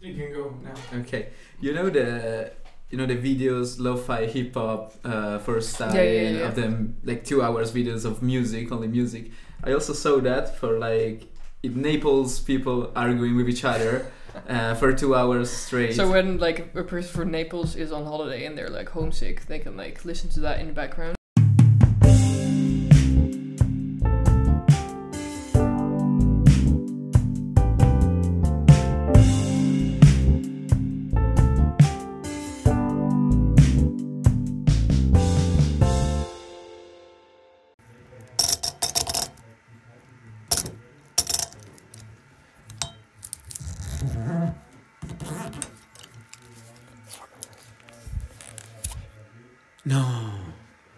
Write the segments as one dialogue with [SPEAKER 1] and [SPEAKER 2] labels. [SPEAKER 1] You can go now.
[SPEAKER 2] Okay, you know the you know the videos, lo-fi, hip hop, uh, first style
[SPEAKER 3] Yeah, yeah, yeah.
[SPEAKER 2] of them, like two hours videos of music, only music. I also saw that for like in Naples, people arguing with each other uh, for two hours straight.
[SPEAKER 3] So when like a person from Naples is on holiday and they're like homesick, they can like listen to that in the background.
[SPEAKER 2] no,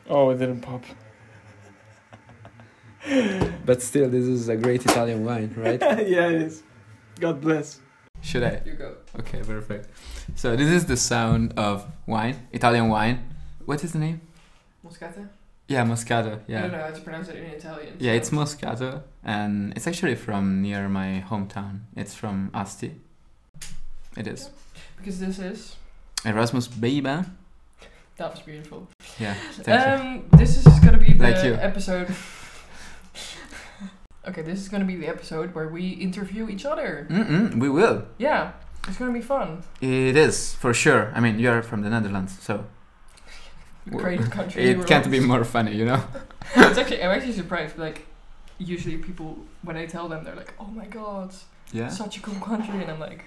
[SPEAKER 4] Oh, it didn't pop.
[SPEAKER 2] but still, this is a great Italian wine, right?
[SPEAKER 4] yeah, it is. God bless.
[SPEAKER 2] Should I?
[SPEAKER 3] You go.
[SPEAKER 2] Okay, perfect. So this is the sound of wine, Italian wine. What is the name?
[SPEAKER 3] Moscata?
[SPEAKER 2] Yeah, Moscato.
[SPEAKER 3] I
[SPEAKER 2] Yeah.
[SPEAKER 3] don't know how to pronounce it in Italian.
[SPEAKER 2] Yeah,
[SPEAKER 3] so-
[SPEAKER 2] it's Moscato, and it's actually from near my hometown. It's from Asti. It is.
[SPEAKER 3] because this is
[SPEAKER 2] Erasmus Baby.
[SPEAKER 3] that was beautiful.
[SPEAKER 2] Yeah, thank you.
[SPEAKER 3] um, this is gonna be the
[SPEAKER 2] Like you.
[SPEAKER 3] episode. okay, this is gonna be the episode where we interview each other.
[SPEAKER 2] Mm-mm, we will.
[SPEAKER 3] Yeah, it's gonna be fun.
[SPEAKER 2] It is, for sure. I mean, you are from the Netherlands, so Well,
[SPEAKER 3] Great country.
[SPEAKER 2] it
[SPEAKER 3] we're
[SPEAKER 2] can't
[SPEAKER 3] on.
[SPEAKER 2] be more funny, you know?
[SPEAKER 3] it's actually I'm actually surprised. Like, usually people when I tell them, they're like, "Oh my god,
[SPEAKER 2] Yeah?
[SPEAKER 3] such a cool country," and I'm like,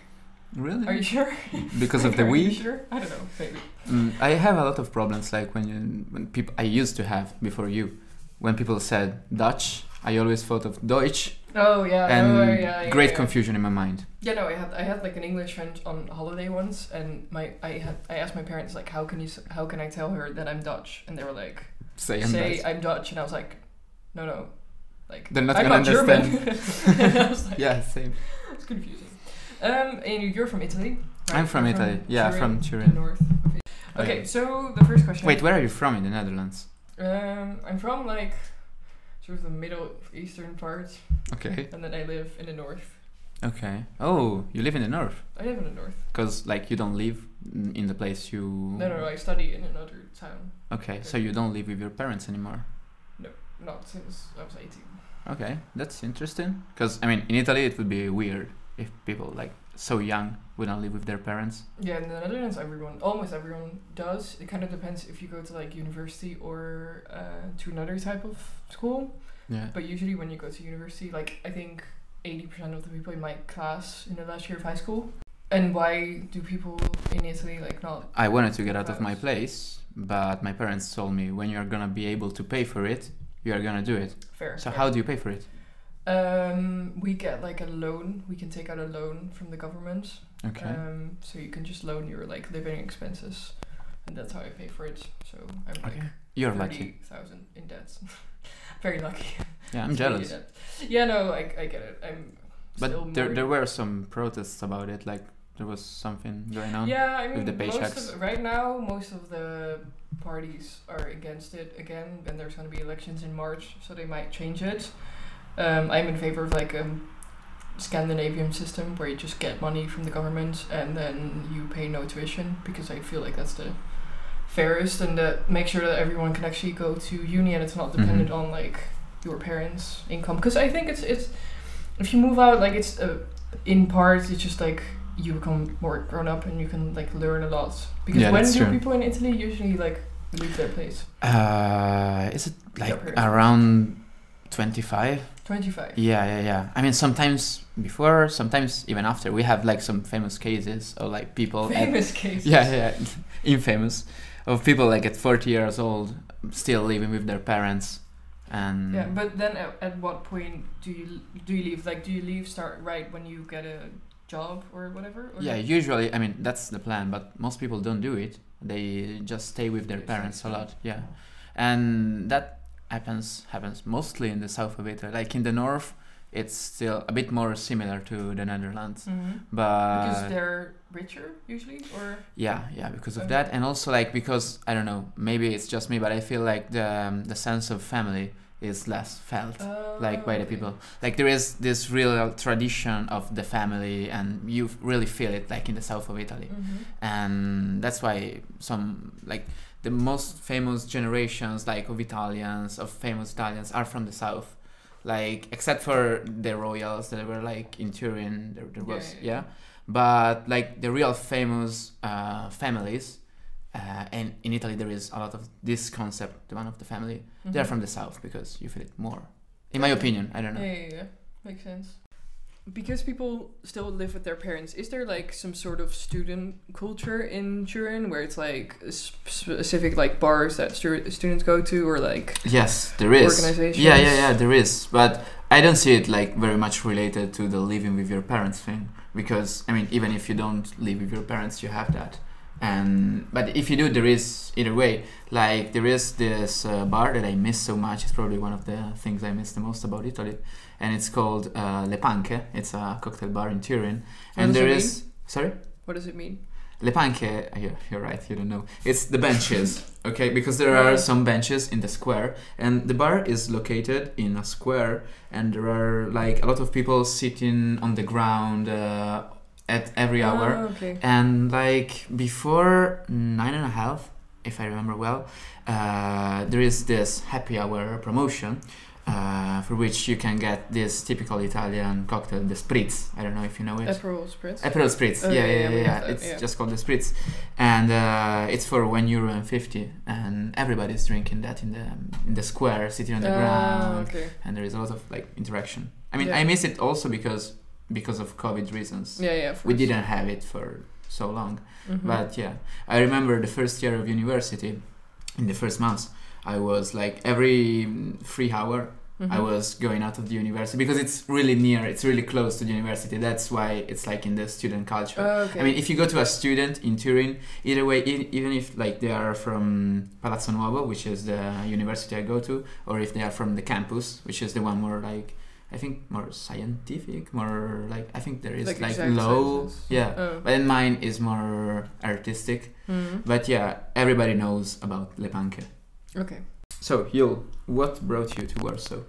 [SPEAKER 2] Really?
[SPEAKER 3] "Are you sure?"
[SPEAKER 2] Because of the
[SPEAKER 3] Are you
[SPEAKER 2] we?
[SPEAKER 3] Sure? I don't know. Maybe.
[SPEAKER 2] Mm, I have a lot of problems, like when you, when people I used to have before you, when people said Dutch, I always thought of Deutsch,
[SPEAKER 3] Oh yeah.
[SPEAKER 2] and
[SPEAKER 3] oh, yeah, yeah,
[SPEAKER 2] great
[SPEAKER 3] yeah.
[SPEAKER 2] confusion in my mind.
[SPEAKER 3] Yeah, no, I had I had like an English friend on holiday once, and my I had I asked my parents like, "How can you? s- How can I tell her that I'm Dutch?" And they were like,
[SPEAKER 2] Say, I'm
[SPEAKER 3] "Say
[SPEAKER 2] Dutch.
[SPEAKER 3] I'm Dutch," and I was like, "No, no." Like,
[SPEAKER 2] They're not
[SPEAKER 3] I'm
[SPEAKER 2] gonna
[SPEAKER 3] not German. and I was like,
[SPEAKER 2] yeah, same.
[SPEAKER 3] it's confusing. Um, and you're from Italy. Right?
[SPEAKER 2] I'm from
[SPEAKER 3] You're
[SPEAKER 2] Italy. Yeah,
[SPEAKER 3] Turin,
[SPEAKER 2] from
[SPEAKER 3] the
[SPEAKER 2] Turin.
[SPEAKER 3] north. of Italy.
[SPEAKER 2] Oh,
[SPEAKER 3] Okay,
[SPEAKER 2] yeah.
[SPEAKER 3] so the first question.
[SPEAKER 2] Wait, where are you from in the Netherlands?
[SPEAKER 3] Um, I'm from like sort of the middle eastern part,
[SPEAKER 2] Okay.
[SPEAKER 3] and then I live in the north.
[SPEAKER 2] Okay. Oh, you live in the north
[SPEAKER 3] I live in the north.
[SPEAKER 2] because like you don't live n- in the place you.
[SPEAKER 3] No, no, no, I study in another town.
[SPEAKER 2] Okay, so you don't live with your parents anymore.
[SPEAKER 3] Not since I was 18.
[SPEAKER 2] Okay, that's interesting. Because I mean, in Italy, it would be weird if people like so young wouldn't live with their parents.
[SPEAKER 3] Yeah, in the Netherlands, everyone, almost everyone does. It kind of depends if you go to like university or uh, to another type of school.
[SPEAKER 2] Yeah.
[SPEAKER 3] But usually, when you go to university, like I think 80% of the people in my class in the last year of high school. And why do people in Italy like not?
[SPEAKER 2] I wanted to get out of my
[SPEAKER 3] Parents.
[SPEAKER 2] place, but my parents told me when you're gonna be able to pay for it, you are gonna do it.
[SPEAKER 3] Fair.
[SPEAKER 2] So
[SPEAKER 3] fair.
[SPEAKER 2] how do you pay for it?
[SPEAKER 3] Um, we get like a loan. We can take out a loan from the government.
[SPEAKER 2] Okay.
[SPEAKER 3] Um, so you can just loan your like living expenses, and that's how I pay for it. So I'm like
[SPEAKER 2] Okay. You're lucky.
[SPEAKER 3] Uh, thirty thousand in debt. Very lucky.
[SPEAKER 2] Yeah,
[SPEAKER 3] to
[SPEAKER 2] I'm
[SPEAKER 3] be
[SPEAKER 2] jealous.
[SPEAKER 3] in debt. Yeah, no, I, I get it. I'm. still
[SPEAKER 2] But there,
[SPEAKER 3] more-
[SPEAKER 2] there were some protests about it, like there was something going on.
[SPEAKER 3] Yeah, I mean,
[SPEAKER 2] the
[SPEAKER 3] most
[SPEAKER 2] paychecks.
[SPEAKER 3] of, right now, most of the parties are against it again, and there's going to be elections in March, so they might change it. Um, I'm in favor of like a Scandinavian system where you just get money from the government and then you pay no tuition because I feel like that's the fairest and that make sure that everyone can actually go to uni and it's not dependent on like your parents' income. Because I think it's it's if you move out, like it's uh, in parts, it's just like you become more grown up and you can like learn a lot. Because
[SPEAKER 2] Yeah,
[SPEAKER 3] when
[SPEAKER 2] that's
[SPEAKER 3] do
[SPEAKER 2] true.
[SPEAKER 3] people in Italy usually like leave their place?
[SPEAKER 2] Uh, is it
[SPEAKER 3] Yeah,
[SPEAKER 2] like
[SPEAKER 3] pretty.
[SPEAKER 2] around 25?
[SPEAKER 3] Twenty five.
[SPEAKER 2] Yeah, yeah, yeah. I mean, sometimes before, sometimes even after. We have like some famous cases of like people. at-
[SPEAKER 3] Famous case.
[SPEAKER 2] yeah, yeah, yeah, infamous. Of people like at 40 years old still living with their parents. And
[SPEAKER 3] Yeah, but then at, at what point do you do you leave? Like, do you leave start right when you get a job or whatever? Or
[SPEAKER 2] Yeah, usually, I mean, that's the plan, but most people don't do it. They just stay with their
[SPEAKER 3] They stay
[SPEAKER 2] parents a
[SPEAKER 3] with
[SPEAKER 2] lot. Yeah. and that happens happens mostly in the south of Italy. Like in the north, it's still a bit more similar to the Netherlands,
[SPEAKER 3] hmm because
[SPEAKER 2] but
[SPEAKER 3] they're richer usually, or
[SPEAKER 2] yeah, yeah, because of
[SPEAKER 3] Okay.
[SPEAKER 2] that, and also like because I don't know, maybe it's just me, but I feel like the um, the sense of family is less felt
[SPEAKER 3] Oh,
[SPEAKER 2] like by the
[SPEAKER 3] okay.
[SPEAKER 2] people like there is this real tradition of the family and you f- really feel it like in the south of italy
[SPEAKER 3] Mhm.
[SPEAKER 2] and that's why some like the most famous generations like of Italians of famous Italians are from the south like except for the royals that were like in Turin there, there
[SPEAKER 3] Yeah,
[SPEAKER 2] was
[SPEAKER 3] yeah,
[SPEAKER 2] yeah,
[SPEAKER 3] yeah.
[SPEAKER 2] but like the real famous uh, families uh, and in Italy there is a lot of this concept the one of the family they're
[SPEAKER 3] Mhm.
[SPEAKER 2] from the south because you feel it more in my opinion I don't know
[SPEAKER 3] Yeah, yeah, yeah. Makes sense. Because people still live with their parents, is there like some sort of student culture in Turin where it's like s- specific like bars that stu- students go to or like
[SPEAKER 2] Yes, there is.
[SPEAKER 3] organizations.
[SPEAKER 2] Yeah, yeah, yeah, there is. But I don't see it like very much related to the living with your parents thing because I mean, even if you don't live with your parents, you have that. And but if you do, there is either way. Like there is this uh, bar that I miss so much. It's probably one of the things I miss the most about Italy, and it's called uh, Le Panche. It's a cocktail bar in Turin,
[SPEAKER 3] What
[SPEAKER 2] and
[SPEAKER 3] does
[SPEAKER 2] there
[SPEAKER 3] it
[SPEAKER 2] is sorry.
[SPEAKER 3] what does it mean?
[SPEAKER 2] Le panche, you're, you're right, you don't know. It's the benches, okay? Because there are some benches in the square, and the bar is located in a square, and there are like a lot of people sitting on the ground uh, at every hour.
[SPEAKER 3] Ah, okay.
[SPEAKER 2] And like before nine and a half, if I remember well, uh, there is this happy hour promotion. Uh, for which you can get this typical Italian cocktail, the spritz. I don't know if you know it.
[SPEAKER 3] Aperol spritz.
[SPEAKER 2] Aperol Spritz,
[SPEAKER 3] Oh,
[SPEAKER 2] yeah,
[SPEAKER 3] yeah,
[SPEAKER 2] yeah,
[SPEAKER 3] yeah,
[SPEAKER 2] yeah,
[SPEAKER 3] we
[SPEAKER 2] yeah.
[SPEAKER 3] have that,
[SPEAKER 2] It's
[SPEAKER 3] yeah.
[SPEAKER 2] just called the Spritz, and uh, it's for one euro and fifty, and everybody's drinking that in the um, in the square, sitting on the
[SPEAKER 3] Ah,
[SPEAKER 2] ground,
[SPEAKER 3] okay.
[SPEAKER 2] and there is a lot of like interaction. I mean,
[SPEAKER 3] Yeah.
[SPEAKER 2] I miss it also because because of COVID reasons.
[SPEAKER 3] Yeah, yeah. of
[SPEAKER 2] We
[SPEAKER 3] course.
[SPEAKER 2] didn't have it for so long,
[SPEAKER 3] Mhm.
[SPEAKER 2] but yeah, I remember the first year of university, in the first months, I was like every mm, free hour I
[SPEAKER 3] Mhm.
[SPEAKER 2] was going out of the university because it's really near, it's really close to the university. That's why it's like in the student culture.
[SPEAKER 3] Oh, okay.
[SPEAKER 2] I mean, if you go to a student in Turin, either way, e- even if like they are from Palazzo Nuovo, which is the university I go to, or if they are from the campus, which is the one more like I think more scientific, more like I think there is like,
[SPEAKER 3] exact
[SPEAKER 2] low,
[SPEAKER 3] sciences.
[SPEAKER 2] yeah.
[SPEAKER 3] Oh.
[SPEAKER 2] But then mine is more artistic.
[SPEAKER 3] Mhm.
[SPEAKER 2] But yeah, everybody knows about Le Panche.
[SPEAKER 3] Okay.
[SPEAKER 2] So Yul, what brought you to Warsaw?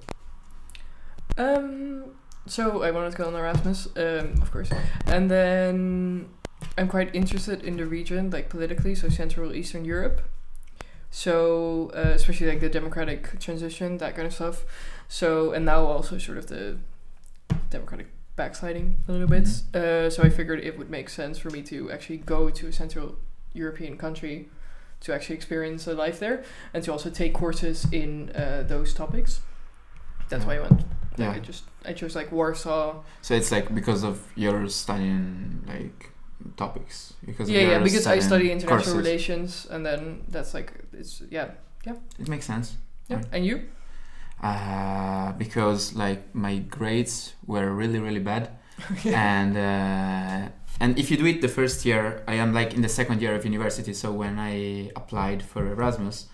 [SPEAKER 3] Um, so I wanted to go on Erasmus, um, of course, and then I'm quite interested in the region, like politically, so Central Eastern Europe. So uh, especially like the democratic transition, that kind of stuff. So and now also sort of the democratic backsliding a little bit.
[SPEAKER 2] Mhm.
[SPEAKER 3] Uh, so I figured it would make sense for me to actually go to a Central European country to actually experience the life there and to also take courses in uh, those topics. That's why I went. Like, I just I chose like Warsaw.
[SPEAKER 2] So it's like because of your studying like topics because of
[SPEAKER 3] yeah, yeah,
[SPEAKER 2] your
[SPEAKER 3] because I
[SPEAKER 2] studying
[SPEAKER 3] study international
[SPEAKER 2] courses.
[SPEAKER 3] relations, and then that's like it's yeah,
[SPEAKER 2] It makes sense
[SPEAKER 3] yeah.
[SPEAKER 2] Right.
[SPEAKER 3] And you?
[SPEAKER 2] uh, because like my grades were really really bad and uh, and if you do it the first year, I am like in the second year of university. So when I applied for Erasmus,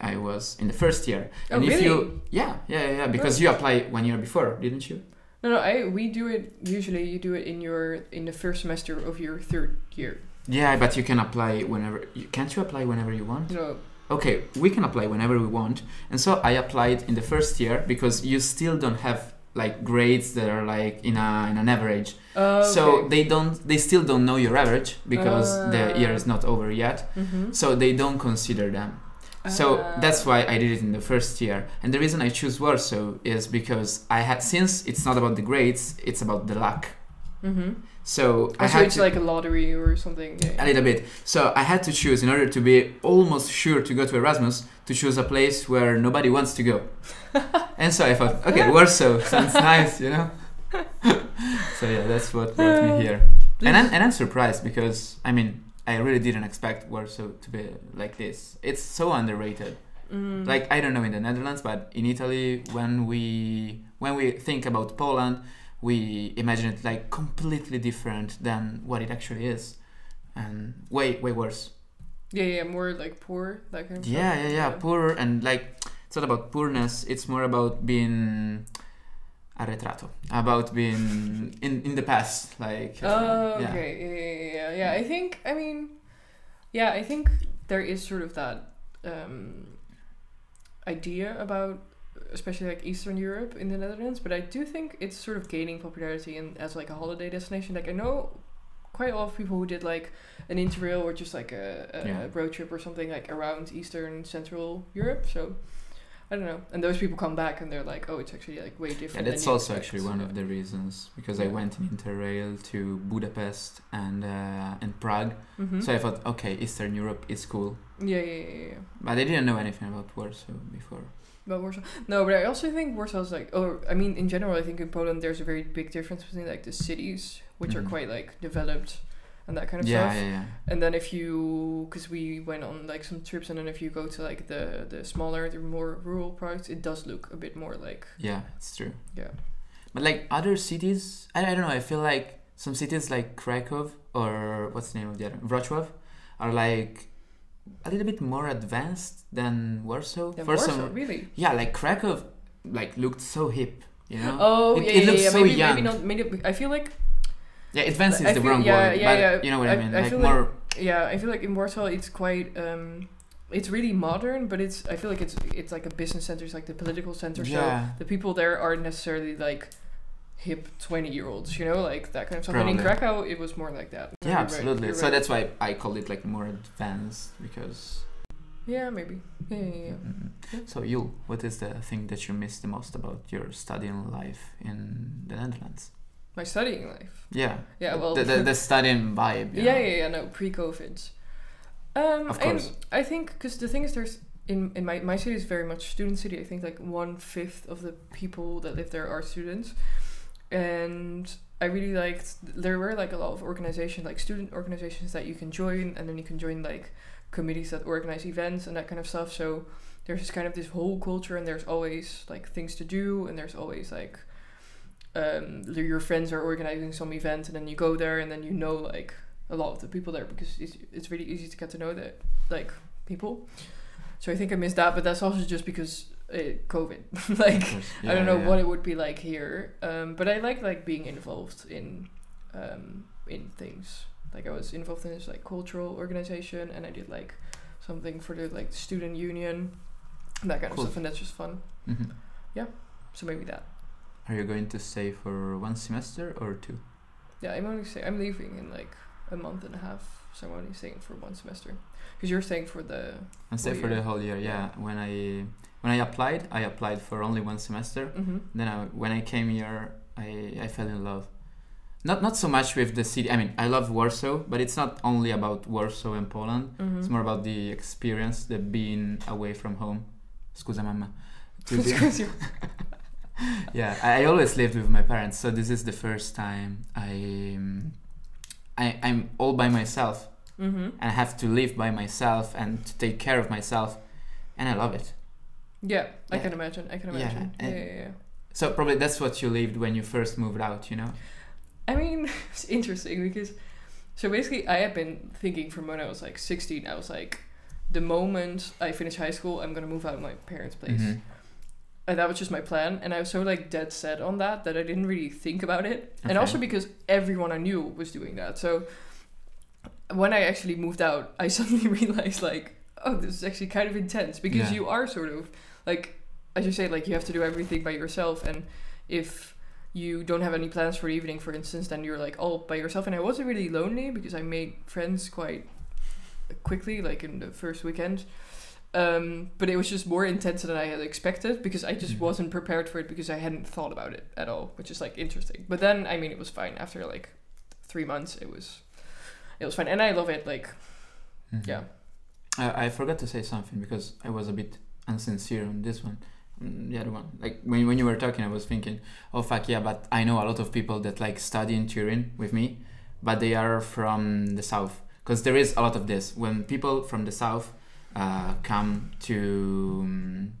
[SPEAKER 2] I was in the first year.
[SPEAKER 3] Oh,
[SPEAKER 2] and if
[SPEAKER 3] really?
[SPEAKER 2] you yeah yeah yeah, yeah because you apply one year before, didn't you?
[SPEAKER 3] No, no. I we do it usually. You do it in your in the first semester of your third year.
[SPEAKER 2] Yeah, but you can apply whenever. You, can't you apply whenever you want?
[SPEAKER 3] You know,
[SPEAKER 2] okay, we can apply whenever we want. And so I applied in the first year because you still don't have like grades that are like in a in an average.
[SPEAKER 3] uh,
[SPEAKER 2] So they don't they still don't know your average because
[SPEAKER 3] Ah.
[SPEAKER 2] the year is not over yet.
[SPEAKER 3] hmm
[SPEAKER 2] So they don't consider them. So
[SPEAKER 3] Ah. Uh,
[SPEAKER 2] that's why I did it in the first year. And the reason I choose Warsaw is because I had since it's not about the grades, it's about the luck.
[SPEAKER 3] Mm-hmm.
[SPEAKER 2] So I
[SPEAKER 3] so
[SPEAKER 2] had
[SPEAKER 3] it's
[SPEAKER 2] to-
[SPEAKER 3] like a lottery or something. Yeah,
[SPEAKER 2] a
[SPEAKER 3] yeah.
[SPEAKER 2] little bit. So I had to choose in order to be almost sure to go to Erasmus to choose a place where nobody wants to go. and so I thought, okay, Warsaw sounds nice, you know. so yeah, that's what brought me here.
[SPEAKER 3] Uh,
[SPEAKER 2] And I'm, and I'm surprised because I mean I really didn't expect Warsaw to be like this. It's so underrated.
[SPEAKER 3] Mm.
[SPEAKER 2] Like I don't know in the Netherlands, but in Italy, when we when we think about Poland, we imagine it like completely different than what it actually is, and way way worse.
[SPEAKER 3] yeah, yeah, more like poor that kind of stuff.
[SPEAKER 2] Yeah, yeah, yeah. Poor and like it's not about poorness. It's more about being arretrato, about being in in the past. Like uh,
[SPEAKER 3] Oh,
[SPEAKER 2] yeah.
[SPEAKER 3] okay. Yeah. Yeah, yeah, yeah. I think, I mean, yeah, I think there is sort of that um, idea about especially like Eastern Europe in the Netherlands, but I do think it's sort of gaining popularity in as like a holiday destination. Like I know quite a lot of people who did like an interrail or just like a, a
[SPEAKER 2] Yeah.
[SPEAKER 3] road trip or something like around Eastern Central Europe. So I don't know. And those people come back and they're like, oh, it's actually like way
[SPEAKER 2] Yeah,
[SPEAKER 3] different.
[SPEAKER 2] that's also actually one of the reasons because I went in Interrail to Budapest and uh, and Prague,
[SPEAKER 3] hmm
[SPEAKER 2] so I thought, okay, Eastern Europe is cool,
[SPEAKER 3] yeah, yeah, yeah, yeah.
[SPEAKER 2] but I didn't know anything about Warsaw before.
[SPEAKER 3] But Warsaw. No, but I also think Warsaw's like, or I mean, in general, I think in Poland there's a very big difference between like the cities, which are
[SPEAKER 2] Mhm.
[SPEAKER 3] quite like developed and that kind of
[SPEAKER 2] yeah,
[SPEAKER 3] stuff.
[SPEAKER 2] yeah, yeah,
[SPEAKER 3] And then if you, because we went on like some trips, and then if you go to like the the smaller, the more rural parts, it does look a bit more like
[SPEAKER 2] yeah, it's true.
[SPEAKER 3] yeah.
[SPEAKER 2] But like other cities, I, I don't know. I feel like some cities like Krakow or what's the name of the other Wrocław are like a little bit more advanced than Warsaw.
[SPEAKER 3] Than
[SPEAKER 2] For
[SPEAKER 3] Warsaw,
[SPEAKER 2] some,
[SPEAKER 3] really.
[SPEAKER 2] yeah, like Krakow, like looked so hip, you know.
[SPEAKER 3] Oh
[SPEAKER 2] it,
[SPEAKER 3] yeah,
[SPEAKER 2] it
[SPEAKER 3] yeah,
[SPEAKER 2] looks
[SPEAKER 3] yeah.
[SPEAKER 2] so
[SPEAKER 3] maybe
[SPEAKER 2] young.
[SPEAKER 3] maybe not. Maybe I feel like
[SPEAKER 2] Yeah, advanced
[SPEAKER 3] I
[SPEAKER 2] is the
[SPEAKER 3] feel-
[SPEAKER 2] wrong
[SPEAKER 3] yeah,
[SPEAKER 2] word,
[SPEAKER 3] yeah,
[SPEAKER 2] but
[SPEAKER 3] yeah.
[SPEAKER 2] you know what I,
[SPEAKER 3] I-
[SPEAKER 2] mean.
[SPEAKER 3] I
[SPEAKER 2] like
[SPEAKER 3] feel like-
[SPEAKER 2] more,
[SPEAKER 3] yeah, I feel like in Warsaw it's quite um, it's really modern, but it's I feel like it's it's like a business center, it's like the political center. So
[SPEAKER 2] yeah,
[SPEAKER 3] the people there aren't necessarily like hip 20 year olds you know like that kind of stuff and in
[SPEAKER 2] Probably.
[SPEAKER 3] krakow it was more like that You're
[SPEAKER 2] yeah,
[SPEAKER 3] right,
[SPEAKER 2] absolutely.
[SPEAKER 3] you're
[SPEAKER 2] so
[SPEAKER 3] right.
[SPEAKER 2] that's why I called it like more advanced because.
[SPEAKER 3] yeah maybe yeah yeah, yeah.
[SPEAKER 2] Mm,
[SPEAKER 3] Yeah.
[SPEAKER 2] mm. So you, what is the thing that you miss the most about your studying life in the Netherlands?
[SPEAKER 3] my studying life
[SPEAKER 2] Yeah.
[SPEAKER 3] yeah well
[SPEAKER 2] the, the, the studying vibe. you
[SPEAKER 3] yeah,
[SPEAKER 2] know.
[SPEAKER 3] yeah, yeah, no, pre-COVID. Um,
[SPEAKER 2] Of
[SPEAKER 3] I'm-
[SPEAKER 2] course.
[SPEAKER 3] I think because the thing is, there's in in my my city is very much student city. I think like one fifth of the people that live there are students, and I really liked there were like a lot of organizations like student organizations that you can join, and then you can join like committees that organize events and that kind of stuff. So there's just kind of this whole culture, and there's always like things to do, and there's always like um, your friends are organizing some event and then you go there and then you know like a lot of the people there because it's, it's really easy to get to know that like people so i think i missed that but that's also just because uh, covid like
[SPEAKER 2] Of course.
[SPEAKER 3] i
[SPEAKER 2] Yeah,
[SPEAKER 3] don't know
[SPEAKER 2] yeah.
[SPEAKER 3] what it would be like here um, but i like like being involved in um, in things like i was involved in this like cultural organization and i did like something for the like student union and that kind
[SPEAKER 2] Cool.
[SPEAKER 3] of stuff and that's just fun
[SPEAKER 2] Mhm.
[SPEAKER 3] so maybe that
[SPEAKER 2] Are you going to stay for one semester or two?
[SPEAKER 3] Yeah, I'm only staying. I'm leaving in like a month and a half, so I'm only staying for one semester. Because you're staying for the.
[SPEAKER 2] And stay
[SPEAKER 3] Whole
[SPEAKER 2] for the
[SPEAKER 3] year.
[SPEAKER 2] whole year. Yeah. When I when I applied, I applied for only one semester.
[SPEAKER 3] Mm-hmm.
[SPEAKER 2] Then I, when I came here, I I fell in love. Not not so much with the city. I mean, I love Warsaw, but it's not only about Warsaw and Poland.
[SPEAKER 3] Mm-hmm.
[SPEAKER 2] It's
[SPEAKER 3] Mm.
[SPEAKER 2] more about the experience, the being away from home. Scusa mamma. To be- yeah, I I always lived with my parents, so this is the first time I, um, I I'm all by myself
[SPEAKER 3] hmm
[SPEAKER 2] and I have to live by myself and to take care of myself, and I love it.
[SPEAKER 3] Yeah, I
[SPEAKER 2] Yeah.
[SPEAKER 3] can imagine. I can
[SPEAKER 2] Yeah,
[SPEAKER 3] imagine. Yeah,
[SPEAKER 2] and-
[SPEAKER 3] yeah, yeah.
[SPEAKER 2] So probably that's what you lived when you first moved out, you know?
[SPEAKER 3] I mean, it's interesting because. So basically, I have been thinking from when I was like 16, I was like, the moment I finish high school, I'm going to move out of my parents' place.
[SPEAKER 2] Mhm.
[SPEAKER 3] and that was just my plan and i was so like dead set on that that i didn't really think about it and
[SPEAKER 2] Okay.
[SPEAKER 3] also because everyone i knew was doing that so when i actually moved out i suddenly realized like oh this is actually kind of intense because
[SPEAKER 2] Yeah.
[SPEAKER 3] you are sort of like as you say like you have to do everything by yourself and if you don't have any plans for the evening for instance then you're like all by yourself and i wasn't really lonely because i made friends quite quickly like in the first weekend um, but it was just more intense than I had expected because I just
[SPEAKER 2] Mhm.
[SPEAKER 3] wasn't prepared for it because I hadn't thought about it at all, which is like interesting. But then I mean, it was fine after like three months. It was it was fine, and I love it. Like
[SPEAKER 2] Mhm.
[SPEAKER 3] yeah,
[SPEAKER 2] Uh, I forgot to say something because I was a bit insincere on this one. Mm, The other one, like when, when you were talking, I was thinking, oh fuck yeah, but I know a lot of people that like study in Turin with me, but they are from the south because there is a lot of this when people from the south uh, come to um,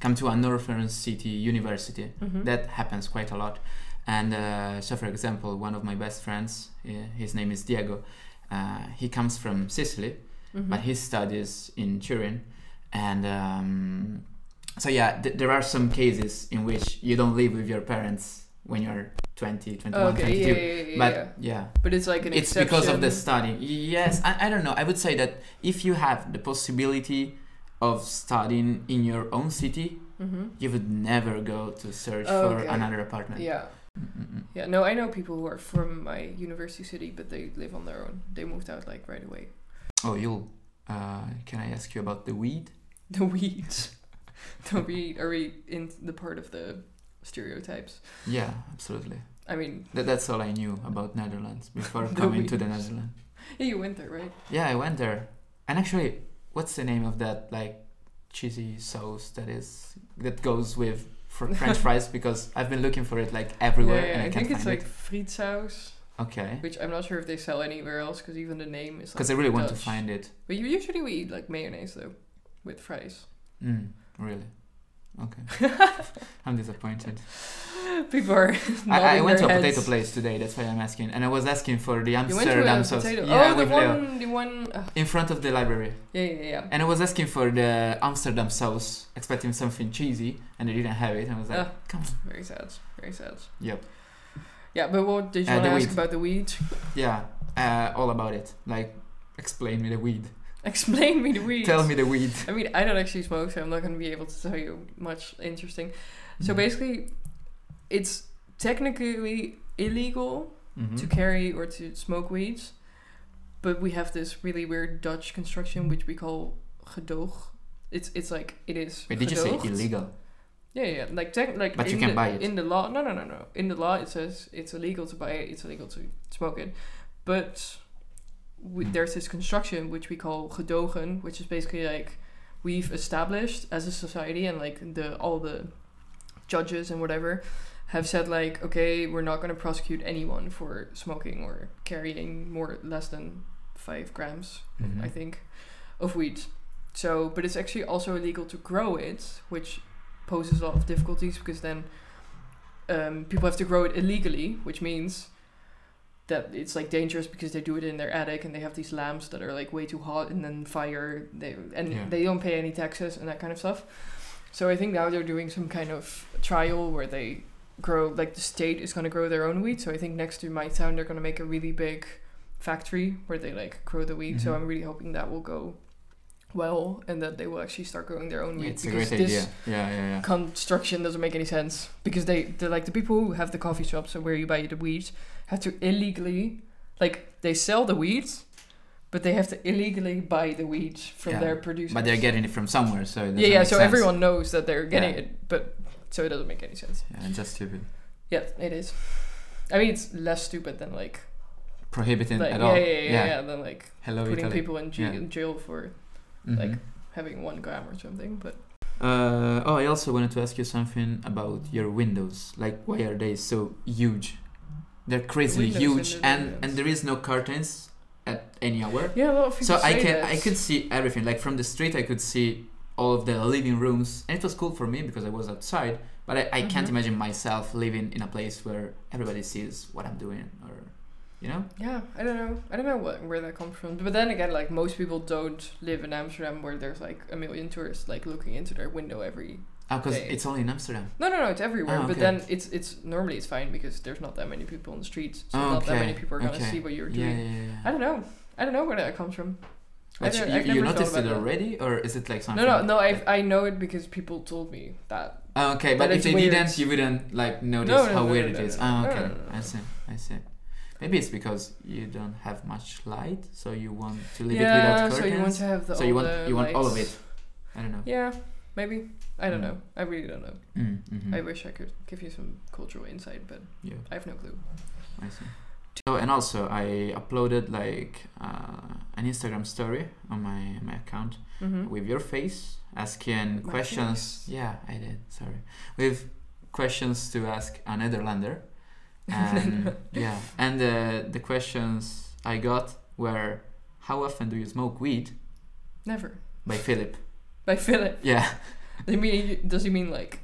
[SPEAKER 2] come to a northern city university.
[SPEAKER 3] mm-hmm.
[SPEAKER 2] That happens quite a lot. And uh, so, for example, one of my best friends, uh, his name is Diego. Uh, he comes from Sicily,
[SPEAKER 3] Mm-hmm.
[SPEAKER 2] but he studies in Turin, and um, so yeah, th- there are some cases in which you don't live with your parents when you're 20, 21,
[SPEAKER 3] okay,
[SPEAKER 2] 22.
[SPEAKER 3] yeah, yeah, yeah, yeah,
[SPEAKER 2] but
[SPEAKER 3] yeah.
[SPEAKER 2] yeah,
[SPEAKER 3] but it's like an
[SPEAKER 2] it's because of the
[SPEAKER 3] exception.
[SPEAKER 2] studying. Yes, I, I don't know. I would say that if you have the possibility of studying in your own city,
[SPEAKER 3] Mm-hmm.
[SPEAKER 2] you would never go to search for
[SPEAKER 3] Okay.
[SPEAKER 2] another apartment.
[SPEAKER 3] Yeah.
[SPEAKER 2] Mm-mm-mm.
[SPEAKER 3] Yeah. No, I know people who are from my university city, but they live on their own. They moved out like right away.
[SPEAKER 2] Oh, you'll. Uh, can I ask you about the weed?
[SPEAKER 3] The weeds. Don't we are we in the part of the stereotypes?
[SPEAKER 2] Yeah, absolutely.
[SPEAKER 3] I mean,
[SPEAKER 2] That, that's all I knew about Netherlands before
[SPEAKER 3] The
[SPEAKER 2] coming to
[SPEAKER 3] weed.
[SPEAKER 2] the Netherlands.
[SPEAKER 3] yeah, you went there, right?
[SPEAKER 2] Yeah, I went there. And actually, what's the name of that like cheesy sauce that is that goes with for French fries? Because I've been looking for it like everywhere
[SPEAKER 3] Yeah, yeah,
[SPEAKER 2] and I,
[SPEAKER 3] I
[SPEAKER 2] can't
[SPEAKER 3] think it's
[SPEAKER 2] find
[SPEAKER 3] like frietsaus,
[SPEAKER 2] it. Okay,
[SPEAKER 3] which I'm not sure if they sell anywhere else because even the name is.
[SPEAKER 2] because I
[SPEAKER 3] like,
[SPEAKER 2] really want to
[SPEAKER 3] Dutch.
[SPEAKER 2] find it.
[SPEAKER 3] But you usually we eat like mayonnaise though, with fries.
[SPEAKER 2] Mm, really? Okay. I'm disappointed.
[SPEAKER 3] People
[SPEAKER 2] I,
[SPEAKER 3] are.
[SPEAKER 2] I
[SPEAKER 3] nodding
[SPEAKER 2] went to
[SPEAKER 3] their
[SPEAKER 2] a potato
[SPEAKER 3] heads.
[SPEAKER 2] place today. That's why I'm asking. And I was asking for the
[SPEAKER 3] You went to
[SPEAKER 2] Amsterdam
[SPEAKER 3] a
[SPEAKER 2] sauce.
[SPEAKER 3] potato.
[SPEAKER 2] Yeah,
[SPEAKER 3] oh, the
[SPEAKER 2] with Leo.
[SPEAKER 3] one, the one. ah,
[SPEAKER 2] in front of the library.
[SPEAKER 3] yeah, yeah, yeah.
[SPEAKER 2] And I was asking for the Amsterdam sauce, expecting something cheesy, and they didn't have it. I was like,
[SPEAKER 3] Ah.
[SPEAKER 2] come on.
[SPEAKER 3] Very sad. Very sad.
[SPEAKER 2] Yep.
[SPEAKER 3] Yeah, but what did you
[SPEAKER 2] Uh,
[SPEAKER 3] want to
[SPEAKER 2] the
[SPEAKER 3] ask
[SPEAKER 2] weed.
[SPEAKER 3] about the weed?
[SPEAKER 2] Yeah, uh, all about it. Like, explain me the weed.
[SPEAKER 3] Explain me the weed.
[SPEAKER 2] Tell me the weed.
[SPEAKER 3] I mean, I don't actually smoke, so I'm not going to be able to tell you much interesting. So
[SPEAKER 2] Mm-hmm.
[SPEAKER 3] basically, it's technically illegal
[SPEAKER 2] Mhm.
[SPEAKER 3] to carry or to smoke weeds, but we have this really weird Dutch construction which we call gedoog. It's it's like it is.
[SPEAKER 2] Wait, did you say
[SPEAKER 3] gedoogd.
[SPEAKER 2] illegal?
[SPEAKER 3] Yeah, yeah. Like tech, like
[SPEAKER 2] But you
[SPEAKER 3] in
[SPEAKER 2] can
[SPEAKER 3] the,
[SPEAKER 2] buy it.
[SPEAKER 3] in the law. No, no, no, no. In the law, it says it's illegal to buy it. It's illegal to smoke it. But we, there's this construction which we call gedogen, which is basically like we've established as a society, and like the all the judges and whatever have said like, okay, we're not going to prosecute anyone for smoking or carrying more less than five grams
[SPEAKER 2] Mhm.
[SPEAKER 3] I think, of wheat. So, but it's actually also illegal to grow it, which poses a lot of difficulties because then um, people have to grow it illegally, which means that it's like dangerous because they do it in their attic and they have these lamps that are like way too hot and then fire they and
[SPEAKER 2] Yeah.
[SPEAKER 3] they don't pay any taxes and that kind of stuff. So I think now they're doing some kind of trial where they grow like the state is going to grow their own wheat. So I think next to my town they're going to make a really big factory where they like grow the wheat. So
[SPEAKER 2] Mhm.
[SPEAKER 3] I'm really hoping that will go well and that they will actually start growing their own wheat
[SPEAKER 2] It's a
[SPEAKER 3] because
[SPEAKER 2] great
[SPEAKER 3] this
[SPEAKER 2] idea. Yeah, yeah, yeah.
[SPEAKER 3] construction doesn't make any sense because they they're like the people who have the coffee shops and where you buy the weed have to illegally like they sell the weed but they have to illegally buy the weed from
[SPEAKER 2] Yeah,
[SPEAKER 3] their producers
[SPEAKER 2] But they're getting it from somewhere, so it
[SPEAKER 3] yeah
[SPEAKER 2] doesn't
[SPEAKER 3] yeah
[SPEAKER 2] make
[SPEAKER 3] so
[SPEAKER 2] sense.
[SPEAKER 3] everyone knows that they're getting
[SPEAKER 2] Yeah.
[SPEAKER 3] it but so it doesn't make any sense
[SPEAKER 2] Yeah, it's just stupid.
[SPEAKER 3] yeah it is i mean it's less stupid than like,
[SPEAKER 2] Prohibiting
[SPEAKER 3] like
[SPEAKER 2] at
[SPEAKER 3] yeah,
[SPEAKER 2] all.
[SPEAKER 3] yeah, yeah, yeah than like
[SPEAKER 2] Hello,
[SPEAKER 3] putting
[SPEAKER 2] Italy.
[SPEAKER 3] people in, jail
[SPEAKER 2] Yeah.
[SPEAKER 3] jail for
[SPEAKER 2] Mhm.
[SPEAKER 3] like- having one gram or something but
[SPEAKER 2] Uh, oh, I also wanted to ask you something about your windows. Like, why are they so huge? They're crazily
[SPEAKER 3] windows in
[SPEAKER 2] huge,
[SPEAKER 3] the
[SPEAKER 2] and
[SPEAKER 3] Netherlands.
[SPEAKER 2] and there is no curtains at any hour.
[SPEAKER 3] yeah a lot of people
[SPEAKER 2] So I
[SPEAKER 3] say
[SPEAKER 2] can
[SPEAKER 3] that.
[SPEAKER 2] I could see everything. Like from the street, I could see all of the living rooms, and it was cool for me because I was outside. But I, I can't
[SPEAKER 3] Mhm.
[SPEAKER 2] imagine myself living in a place where everybody sees what I'm doing, or you know.
[SPEAKER 3] Yeah, I don't know. I don't know what, where that comes from. But then again, like most people don't live in Amsterdam where there's like a million tourists like looking into their window every.
[SPEAKER 2] Because
[SPEAKER 3] Okay.
[SPEAKER 2] Ah, it's only in Amsterdam.
[SPEAKER 3] No, no, no. It's everywhere.
[SPEAKER 2] Ah,
[SPEAKER 3] But
[SPEAKER 2] okay.
[SPEAKER 3] then it's it's normally it's fine because there's not that many people on the streets, so
[SPEAKER 2] Oh,
[SPEAKER 3] not that many
[SPEAKER 2] okay,
[SPEAKER 3] people are gonna
[SPEAKER 2] okay.
[SPEAKER 3] see what you're
[SPEAKER 2] Yeah,
[SPEAKER 3] doing.
[SPEAKER 2] yeah, yeah.
[SPEAKER 3] I
[SPEAKER 2] yeah.
[SPEAKER 3] don't know. I don't know where that comes from. I
[SPEAKER 2] But
[SPEAKER 3] don't-
[SPEAKER 2] you,
[SPEAKER 3] I've
[SPEAKER 2] you
[SPEAKER 3] never thought
[SPEAKER 2] noticed
[SPEAKER 3] about
[SPEAKER 2] it
[SPEAKER 3] that.
[SPEAKER 2] already, or is it like something?
[SPEAKER 3] No, no, no. I
[SPEAKER 2] that-
[SPEAKER 3] I know it because people told me that.
[SPEAKER 2] Oh, okay, but,
[SPEAKER 3] But
[SPEAKER 2] if
[SPEAKER 3] it's
[SPEAKER 2] they
[SPEAKER 3] weird.
[SPEAKER 2] didn't, you wouldn't like notice
[SPEAKER 3] No, no,
[SPEAKER 2] how
[SPEAKER 3] no,
[SPEAKER 2] weird
[SPEAKER 3] no,
[SPEAKER 2] it
[SPEAKER 3] no,
[SPEAKER 2] is.
[SPEAKER 3] no,
[SPEAKER 2] Oh,
[SPEAKER 3] no,
[SPEAKER 2] okay,
[SPEAKER 3] no, no, no.
[SPEAKER 2] I see, I see. Maybe it's because you don't have much light, so you want to leave it
[SPEAKER 3] yeah,
[SPEAKER 2] without
[SPEAKER 3] so
[SPEAKER 2] curtains.
[SPEAKER 3] you want to have the.
[SPEAKER 2] So you
[SPEAKER 3] all
[SPEAKER 2] want-
[SPEAKER 3] the
[SPEAKER 2] you want all of
[SPEAKER 3] lights.
[SPEAKER 2] I don't know.
[SPEAKER 3] Yeah, maybe. I don't
[SPEAKER 2] Mm.
[SPEAKER 3] know. I really don't know.
[SPEAKER 2] Mm, mhm.
[SPEAKER 3] I wish I could give you some cultural insight, but
[SPEAKER 2] Yeah,
[SPEAKER 3] I have no clue.
[SPEAKER 2] I see. Oh, and also I uploaded like uh, an Instagram story on my my account
[SPEAKER 3] Mm-hmm.
[SPEAKER 2] with your face asking
[SPEAKER 3] My
[SPEAKER 2] questions.
[SPEAKER 3] face?
[SPEAKER 2] Yeah, I did. Sorry, with questions to ask a Netherlander. And yeah, and uh, the questions I got were, "How often do you smoke weed?"
[SPEAKER 3] Never.
[SPEAKER 2] by Philip.
[SPEAKER 3] By Philip.
[SPEAKER 2] Yeah.
[SPEAKER 3] They mean, does he mean like?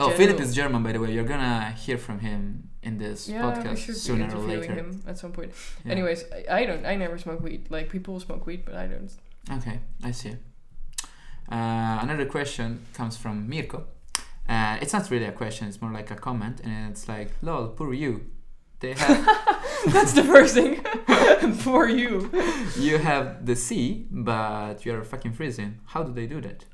[SPEAKER 2] Oh,
[SPEAKER 3] General.
[SPEAKER 2] Philip is German, by the way. You're gonna hear from him in this
[SPEAKER 3] Yeah, we
[SPEAKER 2] podcast
[SPEAKER 3] should
[SPEAKER 2] sooner
[SPEAKER 3] be
[SPEAKER 2] or
[SPEAKER 3] interviewing
[SPEAKER 2] later.
[SPEAKER 3] him at some point.
[SPEAKER 2] Yeah.
[SPEAKER 3] Anyways, I, I don't. I never smoke weed. Like people smoke weed, but I don't.
[SPEAKER 2] Okay, I see. Uh, another question comes from Mirko. Uh, it's not really a question; it's more like a comment, and it's like, "Lol, poor you. They have
[SPEAKER 3] That's the first thing for you.
[SPEAKER 2] you have the sea, but you are fucking freezing. How do they do that?"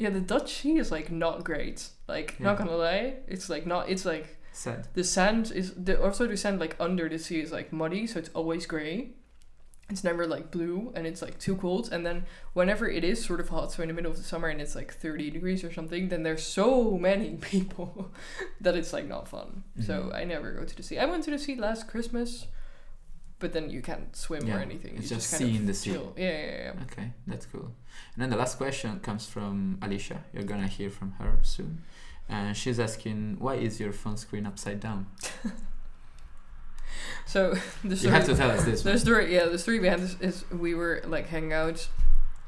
[SPEAKER 3] yeah, the Dutch sea is like not great. Like not
[SPEAKER 2] Yeah.
[SPEAKER 3] gonna lie, it's like not. It's like
[SPEAKER 2] Sad.
[SPEAKER 3] the sand is the also the sand like under the sea is like muddy, so it's always gray. It's never like blue, and it's like too cold. And then whenever it is sort of hot, so in the middle of the summer, and it's like thirty degrees or something, then there's so many people that it's like not fun. So
[SPEAKER 2] Mhm.
[SPEAKER 3] I never go to the sea. I went to the sea last Christmas, but then you can't swim or
[SPEAKER 2] Yeah,
[SPEAKER 3] anything.
[SPEAKER 2] it's
[SPEAKER 3] you
[SPEAKER 2] just
[SPEAKER 3] kind
[SPEAKER 2] sea
[SPEAKER 3] of
[SPEAKER 2] in the sea.
[SPEAKER 3] chill. Yeah, yeah, yeah. yeah.
[SPEAKER 2] Okay, that's cool. And then the last question comes from Alicia. You're gonna hear from her soon. And she's asking, why is your phone screen upside down?
[SPEAKER 3] So the
[SPEAKER 2] You
[SPEAKER 3] story-
[SPEAKER 2] have to tell us this.
[SPEAKER 3] The
[SPEAKER 2] one.
[SPEAKER 3] story, yeah, the story behind this is we were like hanging out,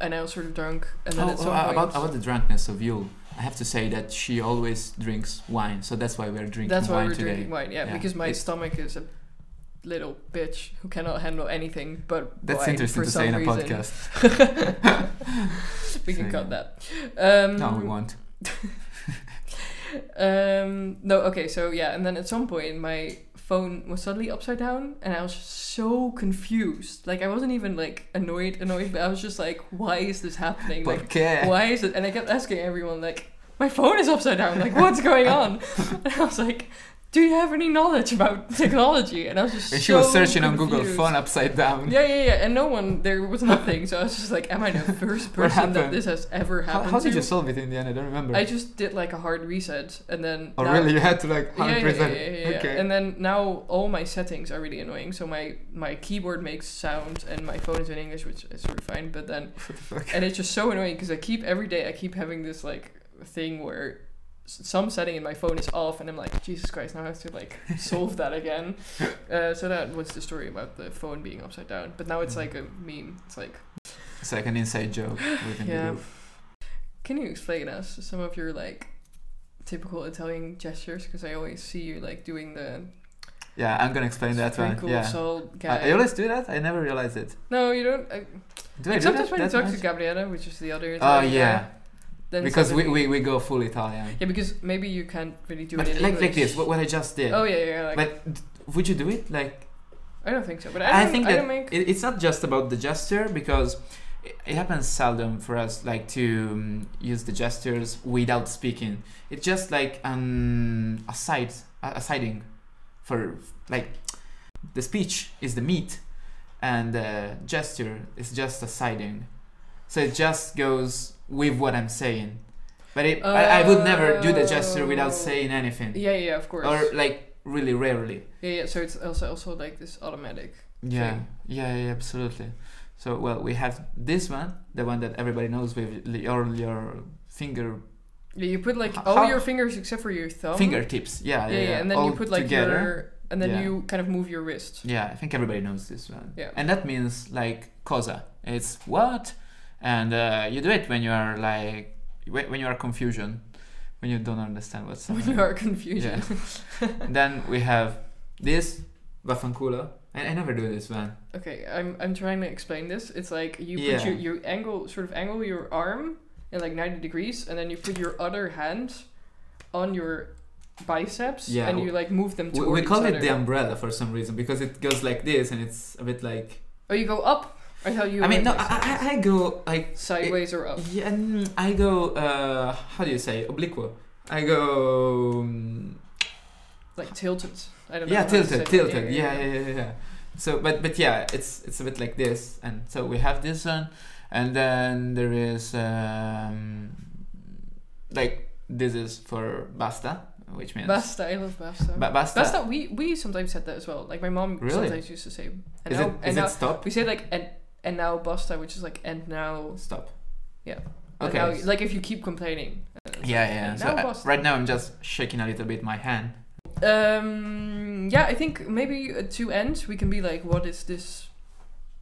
[SPEAKER 3] and I was sort of drunk, and then
[SPEAKER 2] Oh,
[SPEAKER 3] at
[SPEAKER 2] oh,
[SPEAKER 3] some
[SPEAKER 2] uh,
[SPEAKER 3] point,
[SPEAKER 2] about about the drunkenness of Yule. I have to say that she always drinks wine, so that's why we're drinking
[SPEAKER 3] that's why
[SPEAKER 2] wine
[SPEAKER 3] we're
[SPEAKER 2] today.
[SPEAKER 3] drinking wine, yeah,
[SPEAKER 2] Yeah,
[SPEAKER 3] because my
[SPEAKER 2] it's-
[SPEAKER 3] stomach is a little bitch who cannot handle anything but
[SPEAKER 2] That's
[SPEAKER 3] wine
[SPEAKER 2] interesting
[SPEAKER 3] for
[SPEAKER 2] to
[SPEAKER 3] some
[SPEAKER 2] say in a
[SPEAKER 3] reason.
[SPEAKER 2] podcast.
[SPEAKER 3] we
[SPEAKER 2] So,
[SPEAKER 3] can cut
[SPEAKER 2] yeah.
[SPEAKER 3] that. Um,
[SPEAKER 2] No, we won't.
[SPEAKER 3] Um, no, okay, so yeah, and then at some point my phone was suddenly upside down, and I was just so confused. Like I wasn't even like annoyed, annoyed, but I was just like, why is this happening? Like
[SPEAKER 2] Podcast.
[SPEAKER 3] why is it? And I kept asking everyone, like, my phone is upside down. Like, what's going on? And I was like, do you have any knowledge about technology? And I was just
[SPEAKER 2] And she
[SPEAKER 3] so
[SPEAKER 2] was searching on Google
[SPEAKER 3] confused.
[SPEAKER 2] phone upside down.
[SPEAKER 3] Yeah, yeah, yeah. And no one, there was nothing. So I was just like, am I the first
[SPEAKER 2] What
[SPEAKER 3] person that
[SPEAKER 2] happened?
[SPEAKER 3] this has ever
[SPEAKER 2] How,
[SPEAKER 3] happened
[SPEAKER 2] how did
[SPEAKER 3] to?
[SPEAKER 2] you solve it in the end? I don't remember.
[SPEAKER 3] I just did like a hard reset, and then.
[SPEAKER 2] oh,
[SPEAKER 3] now-
[SPEAKER 2] really? You had to like
[SPEAKER 3] Yeah,
[SPEAKER 2] 100%.
[SPEAKER 3] yeah, yeah, yeah, yeah, yeah.
[SPEAKER 2] Okay.
[SPEAKER 3] And then now all my settings are really annoying. So my my keyboard makes sound, and my phone is in English, which is really fine. But then
[SPEAKER 2] what the fuck?
[SPEAKER 3] and it's just so annoying because I keep every day I keep having this like thing where s- some setting in my phone is off and I'm like Jesus Christ now I have to like solve that again uh, so that was the story about the phone being upside down but now it's
[SPEAKER 2] Mm-hmm.
[SPEAKER 3] like a meme it's like
[SPEAKER 2] It's like an inside joke within
[SPEAKER 3] Yeah.
[SPEAKER 2] the group.
[SPEAKER 3] can you explain us some of your like typical Italian gestures because I always see you like doing the
[SPEAKER 2] Yeah, I'm gonna explain that one.
[SPEAKER 3] sprinkle
[SPEAKER 2] Yeah. Uh,
[SPEAKER 3] salt guy
[SPEAKER 2] I, I always do that. I never realized it.
[SPEAKER 3] no you don't I,
[SPEAKER 2] Do I do
[SPEAKER 3] sometimes
[SPEAKER 2] that,
[SPEAKER 3] when you
[SPEAKER 2] that
[SPEAKER 3] talk to
[SPEAKER 2] much?
[SPEAKER 3] Gabriella which is the other
[SPEAKER 2] Oh
[SPEAKER 3] Italian guy,
[SPEAKER 2] yeah,
[SPEAKER 3] then
[SPEAKER 2] because we,
[SPEAKER 3] suddenly-
[SPEAKER 2] we, we go full Italian.
[SPEAKER 3] yeah because maybe you can't really do
[SPEAKER 2] but
[SPEAKER 3] it in
[SPEAKER 2] like like
[SPEAKER 3] English.
[SPEAKER 2] this, what, what I just did.
[SPEAKER 3] oh yeah yeah like
[SPEAKER 2] but d- would you do it? Like
[SPEAKER 3] I don't think so, but I, don't,
[SPEAKER 2] think
[SPEAKER 3] I
[SPEAKER 2] that
[SPEAKER 3] don't make.
[SPEAKER 2] it, it's not just about the gesture because it, it happens seldom for us like to um, use the gestures without speaking. It's just like um a side a, a siding for like the speech is the meat and the gesture is just a siding. So it just goes with what I'm saying. But it, I, I would never do the gesture without
[SPEAKER 3] Oh.
[SPEAKER 2] saying anything.
[SPEAKER 3] yeah, yeah, of course.
[SPEAKER 2] Or like really rarely.
[SPEAKER 3] yeah, yeah. So it's also also like this automatic.
[SPEAKER 2] Yeah,
[SPEAKER 3] thing.
[SPEAKER 2] yeah, yeah, absolutely. So, well, we have this one, the one that everybody knows with li- your your finger
[SPEAKER 3] Yeah, you put like
[SPEAKER 2] H-
[SPEAKER 3] all
[SPEAKER 2] how-
[SPEAKER 3] your fingers except for your thumb.
[SPEAKER 2] fingertips. Yeah,
[SPEAKER 3] Yeah,
[SPEAKER 2] yeah,
[SPEAKER 3] yeah, and then
[SPEAKER 2] all
[SPEAKER 3] you put like
[SPEAKER 2] together.
[SPEAKER 3] your, and then
[SPEAKER 2] Yeah.
[SPEAKER 3] you kind of move your wrist.
[SPEAKER 2] Yeah, I think everybody knows this one.
[SPEAKER 3] Yeah.
[SPEAKER 2] And that means like cosa. It's what, and uh, you do it when you are like whe- when you are confusion, when you don't understand what's
[SPEAKER 3] When
[SPEAKER 2] happening.
[SPEAKER 3] you are confusion.
[SPEAKER 2] And then we have this vaffanculo. I, I never do this one.
[SPEAKER 3] okay, I'm I'm trying to explain this. It's like you
[SPEAKER 2] Yeah.
[SPEAKER 3] put your you angle sort of angle your arm in like ninety degrees, and then you put your other hand on your biceps,
[SPEAKER 2] Yeah,
[SPEAKER 3] and
[SPEAKER 2] w-
[SPEAKER 3] you like move them
[SPEAKER 2] We,
[SPEAKER 3] toward
[SPEAKER 2] we
[SPEAKER 3] each
[SPEAKER 2] call it
[SPEAKER 3] other.
[SPEAKER 2] the umbrella for some reason because it goes like this and it's a bit like
[SPEAKER 3] Oh, you go up. I tell you.
[SPEAKER 2] I mean,
[SPEAKER 3] went
[SPEAKER 2] no,
[SPEAKER 3] like
[SPEAKER 2] I, I, I go like
[SPEAKER 3] sideways or up.
[SPEAKER 2] yeah, mm, I go. Uh, how do you say obliquo? I go. Um,
[SPEAKER 3] like tilted. I don't know.
[SPEAKER 2] yeah,
[SPEAKER 3] how to
[SPEAKER 2] tilted,
[SPEAKER 3] say it.
[SPEAKER 2] tilted. Yeah, yeah, yeah, yeah, yeah. So, but but yeah, it's it's a bit like this, and so we have this one, and then there is um, like this is for basta, which means
[SPEAKER 3] Basta, I love basta.
[SPEAKER 2] Ba- basta.
[SPEAKER 3] Basta, we we sometimes said that as well. Like my mom
[SPEAKER 2] Really?
[SPEAKER 3] sometimes used to say. And
[SPEAKER 2] Is
[SPEAKER 3] now,
[SPEAKER 2] it
[SPEAKER 3] and
[SPEAKER 2] is
[SPEAKER 3] now,
[SPEAKER 2] it stop?
[SPEAKER 3] we say like and and now basta, which is like and now.
[SPEAKER 2] Stop.
[SPEAKER 3] Yeah. And
[SPEAKER 2] Okay.
[SPEAKER 3] now, like if you keep complaining. uh, it's
[SPEAKER 2] yeah,
[SPEAKER 3] like,
[SPEAKER 2] yeah.
[SPEAKER 3] and
[SPEAKER 2] So
[SPEAKER 3] now
[SPEAKER 2] uh,
[SPEAKER 3] basta.
[SPEAKER 2] right now I'm just shaking a little bit my hand.
[SPEAKER 3] Um. Yeah, I think maybe uh, to end we can be like, what is this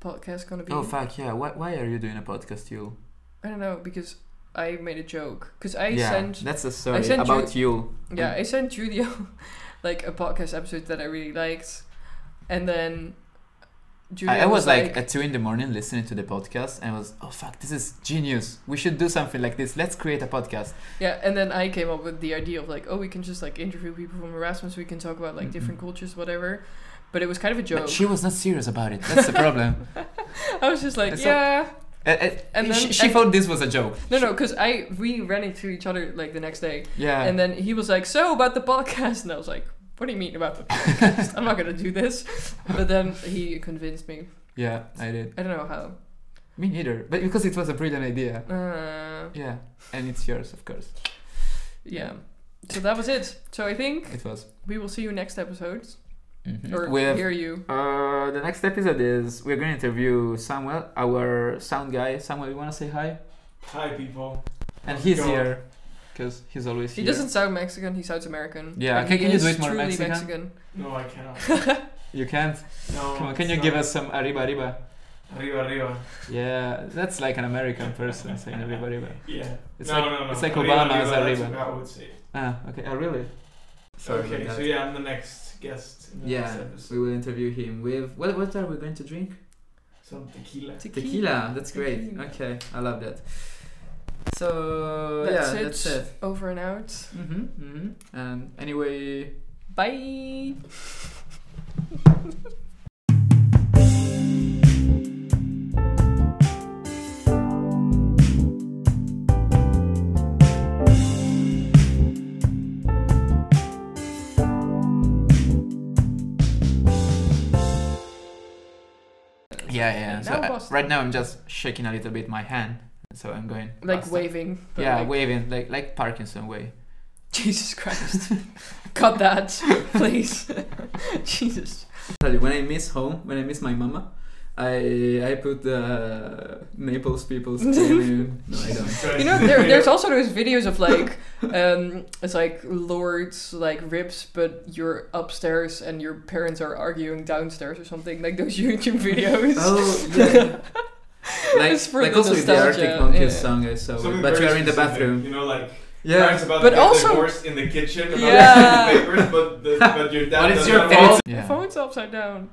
[SPEAKER 3] podcast gonna be?
[SPEAKER 2] Oh fuck yeah! Why why are you doing a podcast, you?
[SPEAKER 3] I don't know because I made a joke because I
[SPEAKER 2] yeah,
[SPEAKER 3] sent
[SPEAKER 2] that's a story
[SPEAKER 3] sent you-
[SPEAKER 2] about you.
[SPEAKER 3] Yeah,
[SPEAKER 2] Mm.
[SPEAKER 3] I sent Julio like a podcast episode that I really liked, and then Julio
[SPEAKER 2] I, I was like, at two in the morning listening to the podcast, and I was, oh fuck, this is genius. We should do something like this. Let's create a podcast.
[SPEAKER 3] yeah, and then I came up with the idea of like, oh, we can just like interview people from Erasmus, we can talk about like different
[SPEAKER 2] Mhm.
[SPEAKER 3] cultures, whatever. But it was kind of a joke.
[SPEAKER 2] But she was not serious about it. That's the problem.
[SPEAKER 3] I was just like,
[SPEAKER 2] It's so-
[SPEAKER 3] yeah, And
[SPEAKER 2] she,
[SPEAKER 3] then-
[SPEAKER 2] she
[SPEAKER 3] and-
[SPEAKER 2] thought this was a joke.
[SPEAKER 3] No, no, because I we ran into each other like the next day,
[SPEAKER 2] Yeah.
[SPEAKER 3] and then he was like, "So about the podcast," and I was like, "What do you mean about the podcast? I'm not gonna do this." But then he convinced me.
[SPEAKER 2] yeah, I did.
[SPEAKER 3] I don't know how.
[SPEAKER 2] Me neither. But because it was a brilliant idea.
[SPEAKER 3] Uh,
[SPEAKER 2] Yeah, and it's yours, of course.
[SPEAKER 3] yeah. So that was it. So I think
[SPEAKER 2] It was.
[SPEAKER 3] we will see you next episode,
[SPEAKER 5] Mm-hmm.
[SPEAKER 2] Mhm.
[SPEAKER 3] or
[SPEAKER 2] We have-
[SPEAKER 3] hear you.
[SPEAKER 2] Uh, the next episode is we're going to interview Samuel, our sound guy. Samuel, you want to say hi?
[SPEAKER 1] Hi, people.
[SPEAKER 2] And he's
[SPEAKER 1] Go.
[SPEAKER 2] here because he's always
[SPEAKER 3] He
[SPEAKER 2] here.
[SPEAKER 3] doesn't sound Mexican. He sounds American.
[SPEAKER 2] Yeah, can-
[SPEAKER 3] And he
[SPEAKER 2] can you
[SPEAKER 3] is
[SPEAKER 2] do it more
[SPEAKER 3] truly
[SPEAKER 2] Mexican?
[SPEAKER 1] No, I cannot.
[SPEAKER 2] You can't.
[SPEAKER 1] No.
[SPEAKER 2] Come on,
[SPEAKER 1] it's
[SPEAKER 2] can you
[SPEAKER 1] not.
[SPEAKER 2] give us some arriba arriba?
[SPEAKER 1] Arriba, arriba.
[SPEAKER 2] Yeah, that's like an American person saying arriba arriba.
[SPEAKER 1] Yeah.
[SPEAKER 2] It's
[SPEAKER 1] no,
[SPEAKER 2] like-
[SPEAKER 1] no, no.
[SPEAKER 2] it's like
[SPEAKER 1] arriba,
[SPEAKER 2] Obama's
[SPEAKER 1] That's
[SPEAKER 2] arriba.
[SPEAKER 1] what I would say.
[SPEAKER 2] Ah, okay. Oh, really?
[SPEAKER 5] Sorry
[SPEAKER 1] okay,
[SPEAKER 5] about
[SPEAKER 1] so
[SPEAKER 5] that.
[SPEAKER 1] yeah, I'm the next guest in the
[SPEAKER 5] Yeah,
[SPEAKER 1] next episode.
[SPEAKER 5] we will interview him with what? What are we going to drink?
[SPEAKER 1] Some tequila.
[SPEAKER 3] Tequila.
[SPEAKER 5] Tequila. That's great.
[SPEAKER 3] Tequila.
[SPEAKER 5] Okay, I love that. So
[SPEAKER 3] That's
[SPEAKER 5] yeah,
[SPEAKER 3] it.
[SPEAKER 5] that's it.
[SPEAKER 3] Over and out.
[SPEAKER 5] Mm-hmm, mm-hmm. And anyway,
[SPEAKER 3] Bye.
[SPEAKER 2] Yeah, yeah.
[SPEAKER 3] And
[SPEAKER 2] So uh,
[SPEAKER 3] now
[SPEAKER 2] I-
[SPEAKER 3] Boston.
[SPEAKER 2] right now I'm just shaking a little bit my hand, so I'm going.
[SPEAKER 3] Like
[SPEAKER 2] faster.
[SPEAKER 3] waving. but
[SPEAKER 2] Yeah,
[SPEAKER 3] like-
[SPEAKER 2] waving like like Parkinson way.
[SPEAKER 3] Jesus Christ. Cut that, please. Jesus.
[SPEAKER 5] tell you when I miss home, when I miss my mama, I I put the Naples people's name. in- No, I don't.
[SPEAKER 3] You know, there, there's also those videos of like, um, it's like lords, like rips, but you're upstairs and your parents are arguing downstairs or something. Like those YouTube videos.
[SPEAKER 5] Oh yeah. like
[SPEAKER 3] It's for
[SPEAKER 5] like
[SPEAKER 3] the
[SPEAKER 5] also with the
[SPEAKER 3] nostalgia,
[SPEAKER 5] Arctic Monkeys
[SPEAKER 3] yeah.
[SPEAKER 5] song I saw,
[SPEAKER 6] Something
[SPEAKER 5] but
[SPEAKER 6] very
[SPEAKER 5] you are in the
[SPEAKER 6] specific,
[SPEAKER 5] bathroom.
[SPEAKER 6] You know, like
[SPEAKER 5] Yeah.
[SPEAKER 6] parents about
[SPEAKER 3] But
[SPEAKER 6] to get
[SPEAKER 3] also-
[SPEAKER 6] divorced in the kitchen about
[SPEAKER 3] Yeah.
[SPEAKER 6] the papers, but the, but your dad.
[SPEAKER 2] But it's
[SPEAKER 6] doesn't
[SPEAKER 2] your
[SPEAKER 6] have all-
[SPEAKER 2] fault.
[SPEAKER 3] The
[SPEAKER 2] Yeah.
[SPEAKER 3] phone's upside down.